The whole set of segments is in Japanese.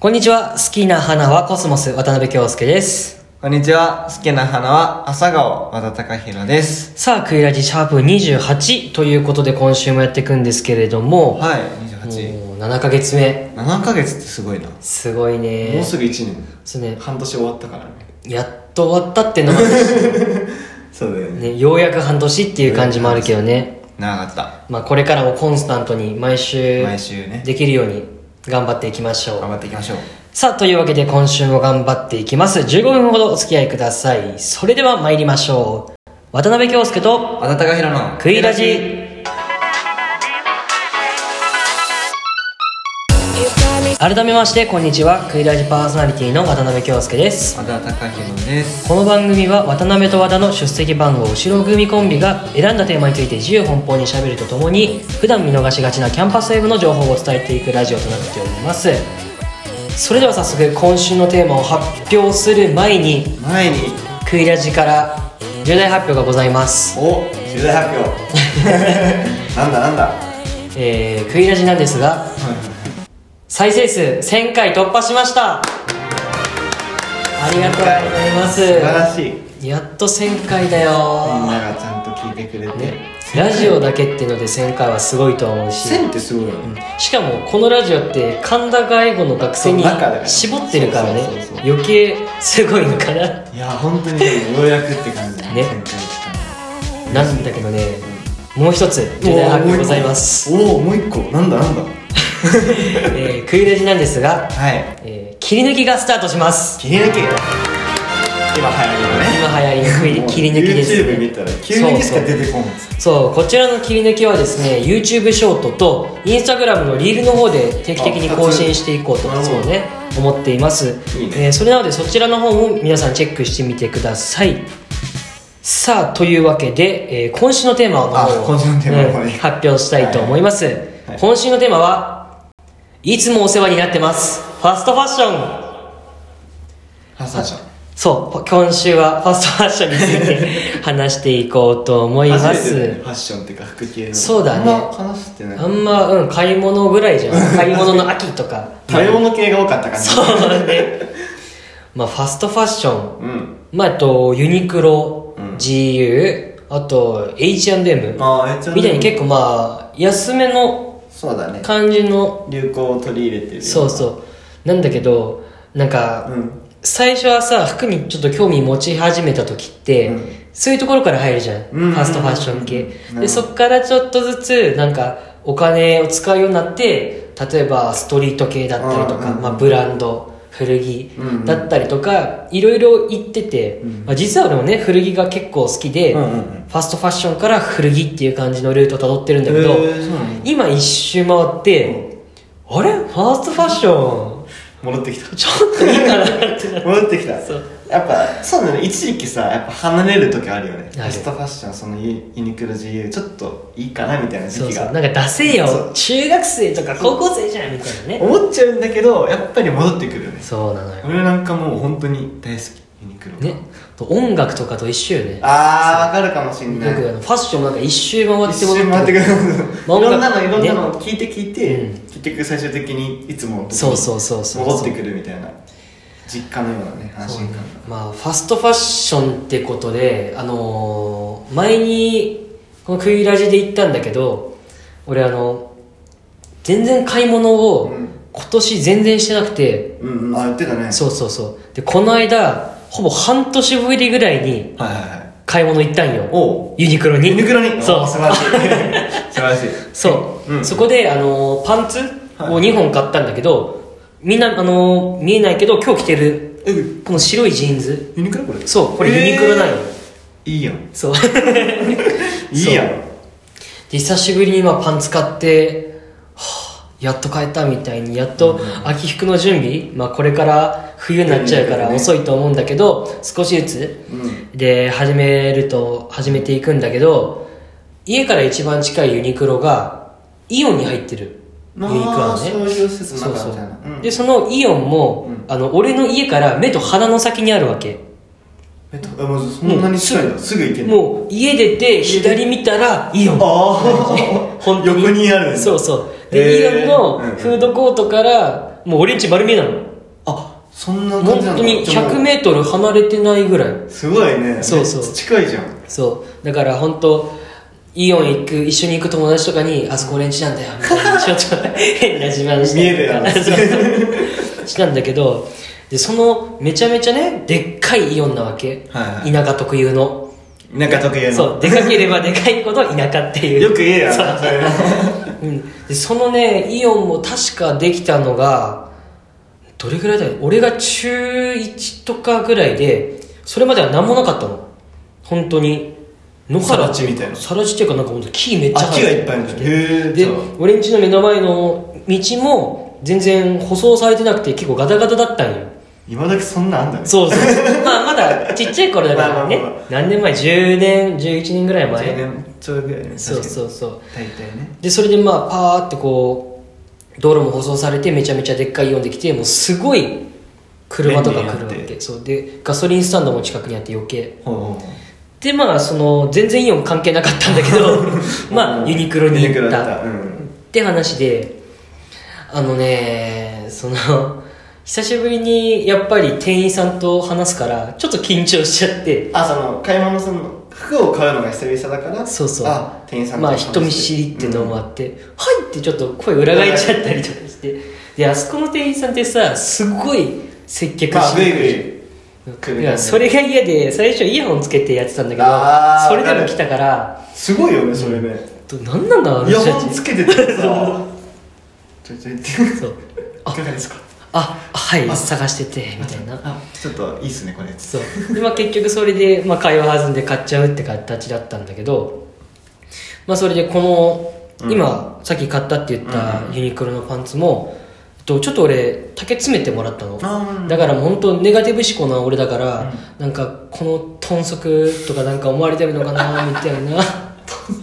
こんにちは。好きな花はコスモス、渡辺京介です。こんにちは。好きな花は、朝顔、和田隆弘です。さあ、クイラジシャープ28ということで今週もやっていくんですけれども、はい、28。もう7ヶ月目。 7ヶ月ってすごいな。すごいね。もうすぐ1年。そうね、半年終わったからね。やっと終わったっていうのもあるしそうだよね。ね、ようやく半年っていう感じもあるけどね。長かった。まあ、これからもコンスタントに毎週毎週ねできるように頑張っていきましょう。頑張っていきましょう。さあ、というわけで今週も頑張っていきます。15分ほどお付き合いください。それでは参りましょう。渡辺京介と、和田隆弘のクイラジ。改めまして、こんにちは。クイラジパーソナリティの渡辺京介です。和田隆弘です。この番組は渡辺と和田の出席番号後ろ組コンビが選んだテーマについて自由奔放にしゃべるとともに普段見逃しがちなキャンパスウェブの情報を伝えていくラジオとなっておりますそれでは早速今週のテーマを発表する前に前に、クイラジから重大発表がございます、お、重大発表。なんだなんだ。えー、クイラジなんですが再生数1000回突破しましたありがとうございます素晴らしい。みんやっと1000回だよながちゃんと聞いてくれて。ラジオだけってので1000回はすごいと思うし1000ってすごいよね。しかもこのラジオって神田外語の学生にそう中だから絞ってるからねそうそうそう余計すごいのかないや、本当にでもようやくって感じだね1000回来たねなんだけどねもう一つ重大発表ございます、おおもう一個なんだなんだ えー、クイレジなんですが、はいえー切り抜きがスタートします切り抜き今流今流行りの行りのね切り抜きです、 YouTube 見たら切り抜きしか出てこないそうこちらの切り抜きはですね YouTube ショートと Instagram のリールの方で定期的に更新していこうとあ二つそうね思っていますいいねえーそれなのでそちらの方も皆さんチェックしてみてくださいさあというわけで、えー今週のテーマをあ今週のテーマの方うんに発表したいと思います、はい今週のテーマはいつもお世話になってますファストファッションハサションそう今週はファストファッションについて 話していこうと思いま初す、めてねファッションっていうか服系のそうだねあんま話してないあんま、うん、買い物ぐらいじゃ ん。買い物の秋とか。食べ物系が多かった感じそうね。まあ、ファストファッション。うんまあ、えっと、ユニクロ、うん GU、あと、H&M。ああえっちゃみたいに結構まあ、安めのそうだね感じの、流行を取り入れてるそうそう。なんだけど、なんか、うん最初はさ、服にちょっと興味持ち始めた時って、うんそういうところから入るじゃん。うんファストファッションうんなる系ほ。どで、そっからちょっとずつ、なんか、お金を使うようになって、例えばストリート系だったりとうんか、うんまあ、ブランド、古着うんうんだったりとか、いろいろ行ってて、うんまあ、実は俺もね、古着が結構好きで、うんうんうんファストファッションから古着っていう感じのルートを辿ってるんだけへど、ーそうなんだ今一周回って、あれファーストファッション、 戻ってきたちょっといいかなってなって。戻ってきたそうやっぱそうだね一時期さやっぱ離れる時あるよねあるファストファッションそのユユニクロ GU ちょっといいかなみたいな時そう期そうがなんか出せそよう中学生とか高校生じゃんみたいなね思っちゃうんだけどやっぱり戻ってくるよねそうなのよ俺なんかもう本当に大好きユニクロがねと音楽とかと一緒よねあーわかるかもしんよないくあのファッションもなんか一周回って一戻って瞬待ってくるいまあろんなのい音楽ろんなの聞いて聞いて、うん結局最終的にいつものとこにそうそうそうそう戻ってくるみたいな実家のようなね安心感がまあファストファッションってことであのー前にこのクイラジで行ったんだけど俺あの全然買い物をうん今年全然してなくて、うんうんあ言ってたねそうそうそうでこの間ほぼ半年ぶりぐらいにはいはいはい買い物行ったんよおうユニクロにユニクロにそうお素晴ら しい素晴らしいそう、うんそこで、あのーパンツを2本買ったんだけど、みんな、あのー見えないけど今日着てるえこの白いジーンズユニクロこれそうこれユニクロなんよ、いいやんそう いいやんそうで久しぶりに今パンツ買ってはあやっと買えたみたいにやっと秋服の準備、まあ、これから冬になっちゃうからうん遅いと思うんだけど少しずつうんで始めると始めていくんだけど家から一番近いユニクロがイオンに入ってるユニクロあはーねそういう施設そのう中そみたいなううんでそのイオンも、うんあの俺の家から目と鼻の先にあるわけえっとあもうそんなに近いのすぐ行けるうもう家出て左見たらイオンああ 本当に横にあるんだそうそうで、へイーオンのフードコートから、もう俺んち丸見えなのあ、そんな感本じなの当にじゃあもう100メートル離れてないぐらいすごいね。そうそうめっちゃ近いじゃん。そうだから本当イオン行く一緒に行く友達とかに「あそこ俺んちなんだよ」みたい なちょっと変な自慢して見えるやろそうしたんだけどでそのめちゃめちゃねでっかいイオンなわけ、はいは田舎特有のなんか特有の。そうでかければでかいほど田舎っていうよく言えやそうな、それ。 うん、でそのねイオンも確かできたのがどれぐらいだろう俺が中1とかぐらいでそれまでは何もなかったの本当に野原更地みたいなさら地っていうかなんか本当木めっちゃあ、木生がえいってぱいあるんだてへえ。でじゃあ俺ん家の目の前の道も全然舗装されてなくて結構ガタガタだったんよ今だけそんなんあんだね。そうそう まあまだちっちゃい頃だからねまあまあまあ何年前10年11年ぐらい前10年ちょうどぐらいね。そうそうそう確かに。大体ね。でそれでまあパーってこう道路も舗装されてめちゃめちゃでっかいイオンできてもうすごい車とか来るわ便利になっけそうでガソリンスタンドも近くにあって余計ほうほうほうでまあその全然イオン関係なかったんだけ どまあユニクロにユニク行ロっだったた。うっん。て話であのねその久しぶりにやっぱり店員さんと話すからちょっと緊張しちゃってあ、その、買い物するの。服を買うのが久々だから。そうそうあ、店員さんとまあ話して人見知りっていうのもあって「はい!」ってちょっと声裏返っちゃったりとかしてであそこの店員さんってさすごい接客まあ、しぐていくぐるい。来るいやそれが嫌で最初イヤホンつけてやってたんだけどあーそれでも来たからすごいよね、それね。どなんなんだあのイヤ人たホンちつけててさ。ちょいちょいって。そういかがですかあはいあ探しててみたいなあ、ちょっといいっすね、これ。そうで、まあ、結局それで、まあ、会話弾んで買っちゃうって形だったんだけど、まあ、それでこうのん今、さっき買ったって言ったうんユニクロのパンツも、えっとちょっと俺竹詰めてもらったのあーだからもう本当ネガティブ思考な俺だから、なんかこの豚足とかなんか思われてるのかなみたい な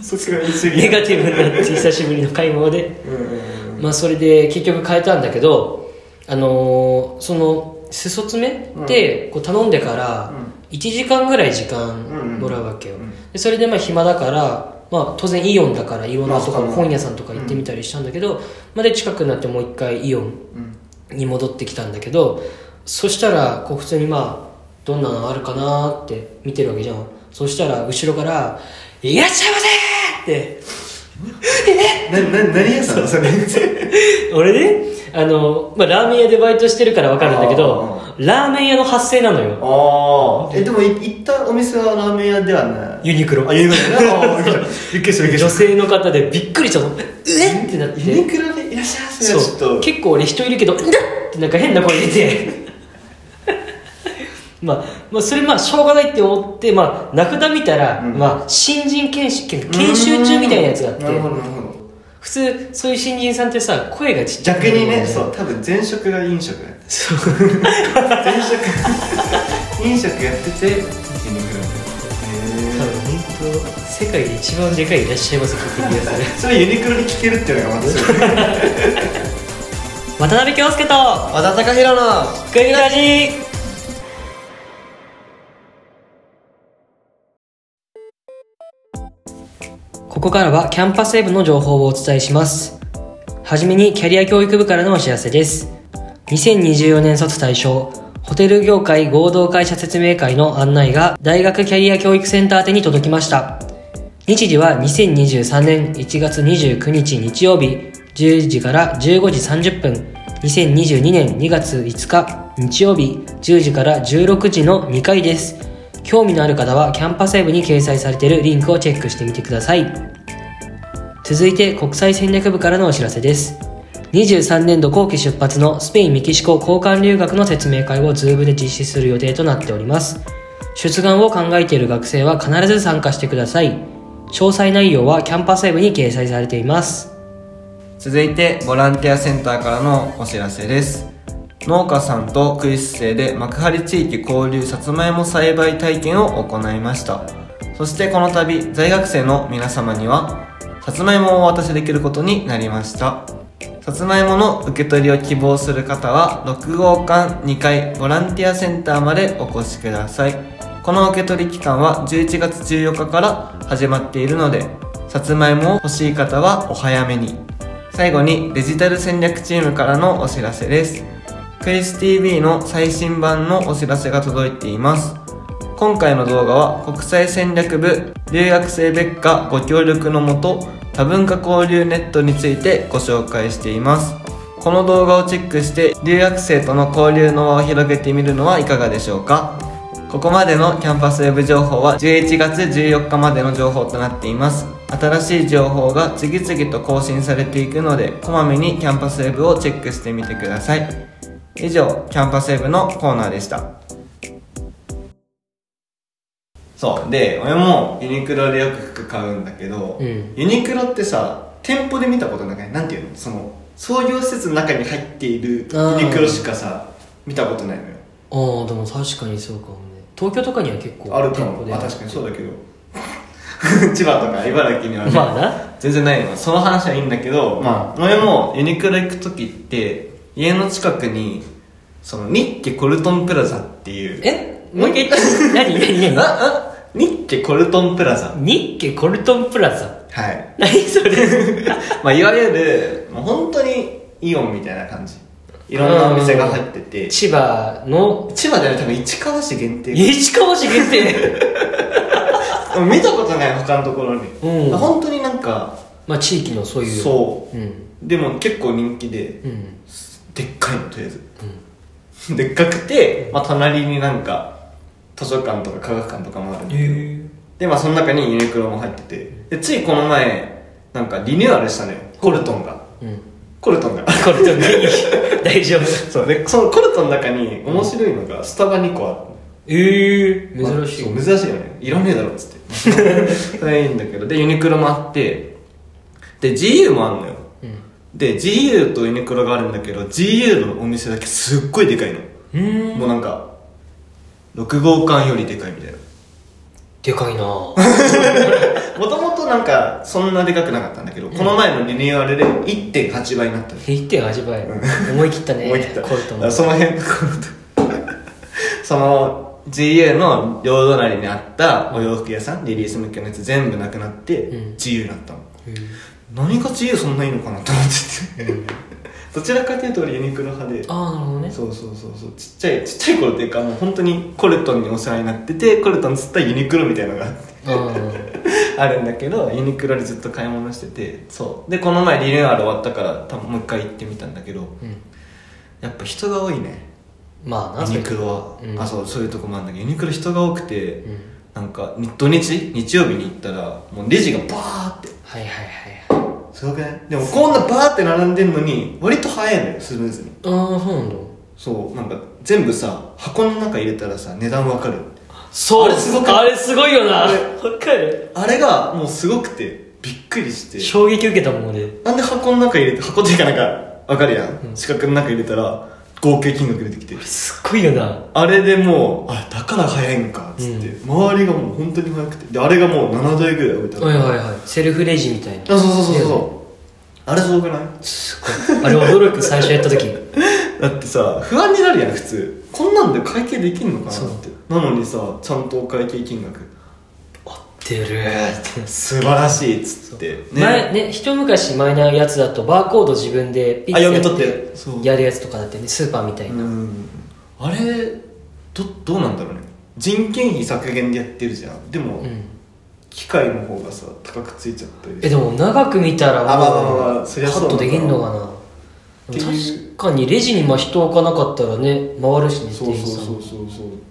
そっちが言い過ぎネガティブになって久しぶりの買い物で。うんうんうんまあ、それで結局変えたんだけど、あのーその裾詰めってこう頼んでからうん1時間ぐらい時んうん間もらうわけよ、うんでそれでまあ暇だから、まあ、当然イオンだからいろんなとこまあ本屋さんとか行ってみたりしたんだけど、まあで近くになってもう一回イオンうんに戻ってきたんだけどそしたらこう普通にまあどんなのあるかなーって見てるわけじゃんそしたら後ろから「いらっしゃいませ!」ってな、な、何屋さ んそれ。俺ねあの、まあ、ラーメン屋でバイトしてるから分かるんだけどあラーメン屋の発生なのよああ。え、でも、い行ったお店はラーメン屋ではない。ユニクロあ、ユニク ロね。あーびっくりしたびっくりした、びっくり女し性の方でびっくりしたのえっってなってた。ユニクロでいらっしゃいませ。ちそょうっと。結構俺人いるけど「うんだ!」ってなんか変な声出て まあ、まあそれまあしょうがないって思って、まあ、名札見たら、うんまあ、新人研修研修中みたいなやつがあってなるほど、なるほど。普通そういう新人さんってさ声がちっちゃく逆にね、そうう、多分前職が飲食だよそう前職飲食やっててユニクロ多分へ本当世界で一番でかいいらっしゃいませ聞いてくだ さいえそれユニクロに聞けるっていうのがまたすごい渡辺京介と和田貴弘のグイラジここからはキャンパスウェブの情報をお伝えしますはじめにキャリア教育部からのお知らせです2024年卒対象ホテル業界合同会社説明会の案内が大学キャリア教育センター宛てに届きました日時は2023年1月29日日曜日10時から15時30分2022年2月5日日曜日10時から16時の2回です興味のある方はキャンパスウェブに掲載されているリンクをチェックしてみてください続いて国際戦略部からのお知らせです23年度後期出発のスペイン・メキシコ交換留学の説明会を Zoom で実施する予定となっております出願を考えている学生は必ず参加してください詳細内容はキャンパスウェブに掲載されています続いてボランティアセンターからのお知らせです農家さんとクイス生で幕張地域交流さつまいも栽培体験を行いましたそしてこの度在学生の皆様にはさつまいもをお渡しできることになりましたさつまいもの受け取りを希望する方は6号館2階ボランティアセンターまでお越しくださいこの受け取り期間は11月14日から始まっているのでさつまいもを欲しい方はお早めに最後にデジタル戦略チームからのお知らせですクリス TV の最新版のお知らせが届いています今回の動画は国際戦略部留学生別課ご協力のもと多文化交流ネットについてご紹介していますこの動画をチェックして留学生との交流の輪を広げてみるのはいかがでしょうかここまでのキャンパスウェブ情報は11月14日までの情報となっています新しい情報が次々と更新されていくのでこまめにキャンパスウェブをチェックしてみてください以上キャンパスウェブのコーナーでしたそうで俺もユニクロでよく服買うんだけど、うんユニクロってさ店舗で見たことないなんていうのその創業施設の中に入っているあーユニクロしかさ見たことないのよああでも確かにそうかもね東京とかには結構あるか店舗もでまあ確かにそうだけど 千葉とか茨城にはねまあな全然ないのその話はいいんだけど、まあ、俺もユニクロ行く時って家の近くにそのニッケコルトンプラザっていうえもう一回言 って何何何ああニッケコルトンプラザニッケコルトンプラザはい何そ れまあいわゆるもう本当にイオンみたいな感じいろんなお店が入ってて千葉の千葉では多分市川市限定市川市限定でも見たことない他のところに、うん本当になんかまあ地域のそういうそううんうでも結構人気でうんでっかいのとりあえず、でっかくて、まあ、隣になんか図書館とか科学館とかもあるんだけどでまあその中にユニクロも入っててでついこの前なんかリニューアルしたのよコルトンがうんコルトンがコルトンでいい大丈夫 そうでそのコルトンの中に面白いのがスタバ2個あるのええ珍しいそう珍しいよねいらねえだろっつって それいいんだけどでユニクロもあってで GU もあんのようんで GU とユニクロがあるんだけど GU のお店だけすっごいでかいの、うーんもうなんか6号館よりでかいみたいなでかいなもともとなんかそんなでかくなかったんだけど、この前のリニューアルで1.8倍になったの1.8倍思い切ったね思い切ったコルトンその辺のコルトン その GU の両隣にあったお洋服屋さんリリース向けのやつ全部なくなって、うん GU になったのうん何が GU そんないいのかなと思ってて どちらかというと俺ユニクロ派でああなるほどねそうそうそうそうちっちゃいちっちゃい頃っていうかもう本当にコルトンにお世話になっててコルトン釣ったユニクロみたいなのがああるんだけどユニクロでずっと買い物しててそうでこの前リニューアル終わったから多分もう一回行ってみたんだけどーうんやっぱ人が多いねまあなユニクロは、うんあそうそういうとこもあるんだけどユニクロ人が多くて、うんなんかに土日日曜日に行ったらもうレジがバーってはいはいはいはいすごくないでもこんなバーって並んでんのに割と早いのよスムーズにああそうなんだそうなんか全部さ箱の中入れたらさ値段わかるそうあれすごくないあれすごいよなあれわかるあれがもうすごくてびっくりして衝撃受けたもん俺なんで箱の中入れて箱っていうかなんかわかるやん、四角の中入れたら合計金額出てきてすっごいよなあれでもうあだから早いんかっつって、周りがもう本当に早くてであれがもう7台ぐらい置いてあるはいはいはいセルフレジみたいなあそうそうそうそうあれすごくないすごいあれ驚く最初やった時だってさ不安になるやん普通こんなんで会計できんのかなそうってなのにさちゃんとお会計金額合ってるって素晴らしいっつって前ね一昔前のやつだとバーコード自分でピあや読み取ってそうやるやつとかだってねスーパーみたいな、うんあれどどうなんだろうね人件費削減でやってるじゃんでも、うん機械の方がさ高くついちゃったりえでも長く見たらもうあまあまあまあそりゃカそうッだトなできんのかなっていう確かにレジにまあ人置かなかったらね回るしねそう店員さそうんそもうそうそう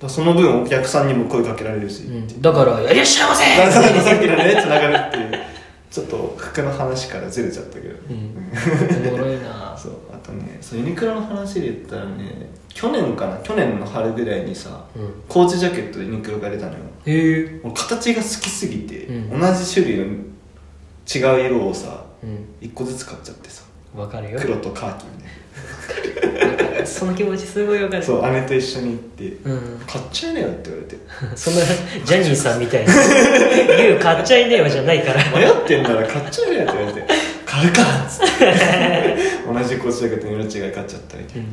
だその分お客さんにも声かけられるし、うんだから「いらっしゃいませ!」 だからさっきのねつながるっていうちょっと服の話からずれちゃったけど、うんおもろいなそうあとねそうユニクロの話で言ったらね去年かな去年の春ぐらいにさ、うんコーチジャケットでユニクロが出たのよへえもう形が好きすぎて、う同じ種類の違う色をさうん一個ずつ買っちゃってさわかるよ黒とカーキみたいその気持ちすごいわかなるそう姉と一緒に行って、うん買っちゃいなよって言われてそんなジャニーさんみたいな「言う買っちゃいねえわ」じゃないから迷ってんなら買っちゃえよっ て言われて買うかっつって同じコーチだけど色違い買っちゃったりとか、うん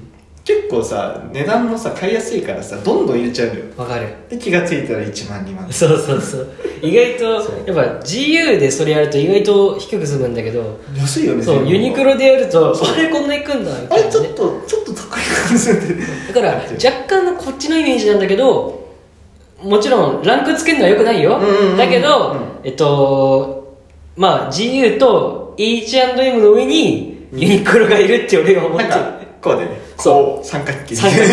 結構さ値段もさ買いやすいからさどんどん入れちゃうのよわかるで気がついたら1万2万そうそうそう意外とそうやっぱ GU でそれやると意外と低く済むんだけど安いよねそうユニクロでやるとあれこんな行くんだみあたいれちなょねっとちょっと高い感じなんでだから若干のこっちのイメージなんだけどもちろんランクつけるのはよくないよ、うんうんうんだけど、うんえっとまあ GU と H&M の上にユニクロがいるって俺は思っなてるんかこうでねそうこう三角形三角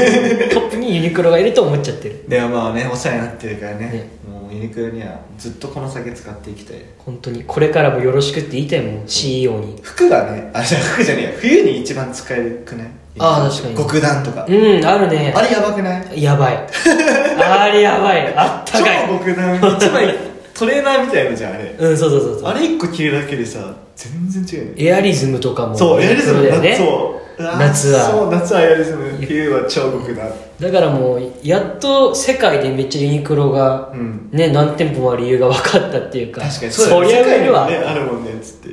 トップにユニクロがいると思っちゃってるでもまあねお世話になってるからねねもうユニクロにはずっとこの先使っていきたい本当にこれからもよろしくって言いたいもん CEO に服がねあじゃあ服じゃねえや冬に一番使えるくないあー確かに極暖とか、うんあるねあれやばくないやばいあれやばいあった超かい極暖一枚トレーナーみたいのじゃんあれうんそうそうそうそあうれ一個着るだけでさ全然違うよねエアリズムとかもそうエアリズムだよねそううわー夏はそう夏はエアリズム冬は超極暖だからもうやっと世界でめっちゃユニクロが、うんね何店舗もある理由が分かったっていうか確かにそりゃ世界売にるもわ、ねあるもんねつって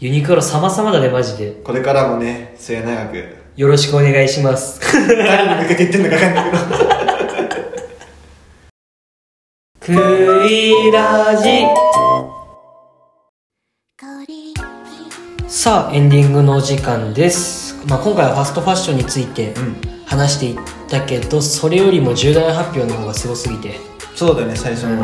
ユニクロ様々だねマジでこれからもね末永くよろしくお願いします誰に向けて言ってんのか分かんないけどクイラジさあエンディングのお時間です、まあ、今回はファストファッションについてうん話していったけどそれよりも重大発表の方がすごすぎて そうだね最初の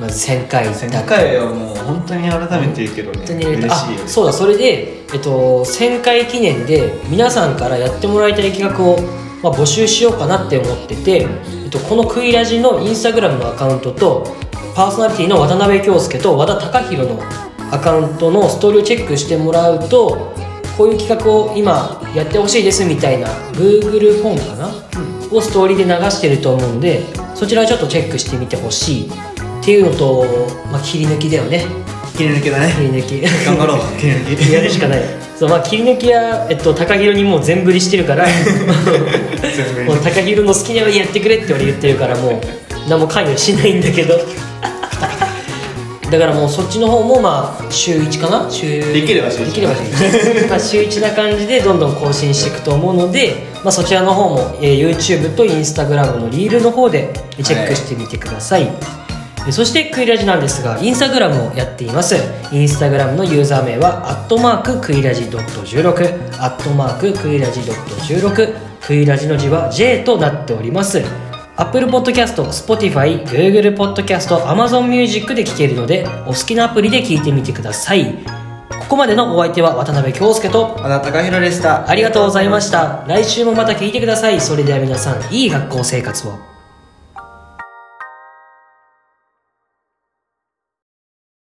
まず1000回だった1000回はもう本当に改めて言うけどね、本当にやりたい嬉しいよあねそうだそれで、えっと、1000回記念で皆さんからやってもらいたい企画を、まあ、募集しようかなって思ってて、えっと、この「クイラジ」のインスタグラムのアカウントとパーソナリティの渡辺京介と和田貴弘のアカウントのストーリーをチェックしてもらうとこういう企画を今やってほしいですみたいな Google フォームかな、をストーリーで流してると思うんでそちらちょっとチェックしてみてほしいっていうのと、まあ、切り抜きだよね切り抜けだね切り抜き頑張ろう 切り 抜きやるしかないそうまあ切り抜きや、えっと、高広にもう全振りしてるから 全部もう高広の好きなようにやってくれって俺言ってるからもう何も関与しないんだけどだからもうそっちの方もまあ週1かな週できれば週一できれば週1まあ週1な感じでどんどん更新していくと思うので、まあ、そちらの方も、えー YouTube と Instagram のリールの方でチェックしてみてください、えそしてクイラジなんですがインスタグラムをやっていますインスタグラムのユーザー名はアットマーククイラジドット16アットマーククイラジドット16クイラジの字は J となっております Apple Podcast、Spotify、Google Podcast、Amazon Music で聴けるのでお好きなアプリで聞いてみてくださいここまでのお相手は渡辺京介とあなたがひろでしたありがとうございました来週もまた聞いてくださいそれでは皆さんいい学校生活を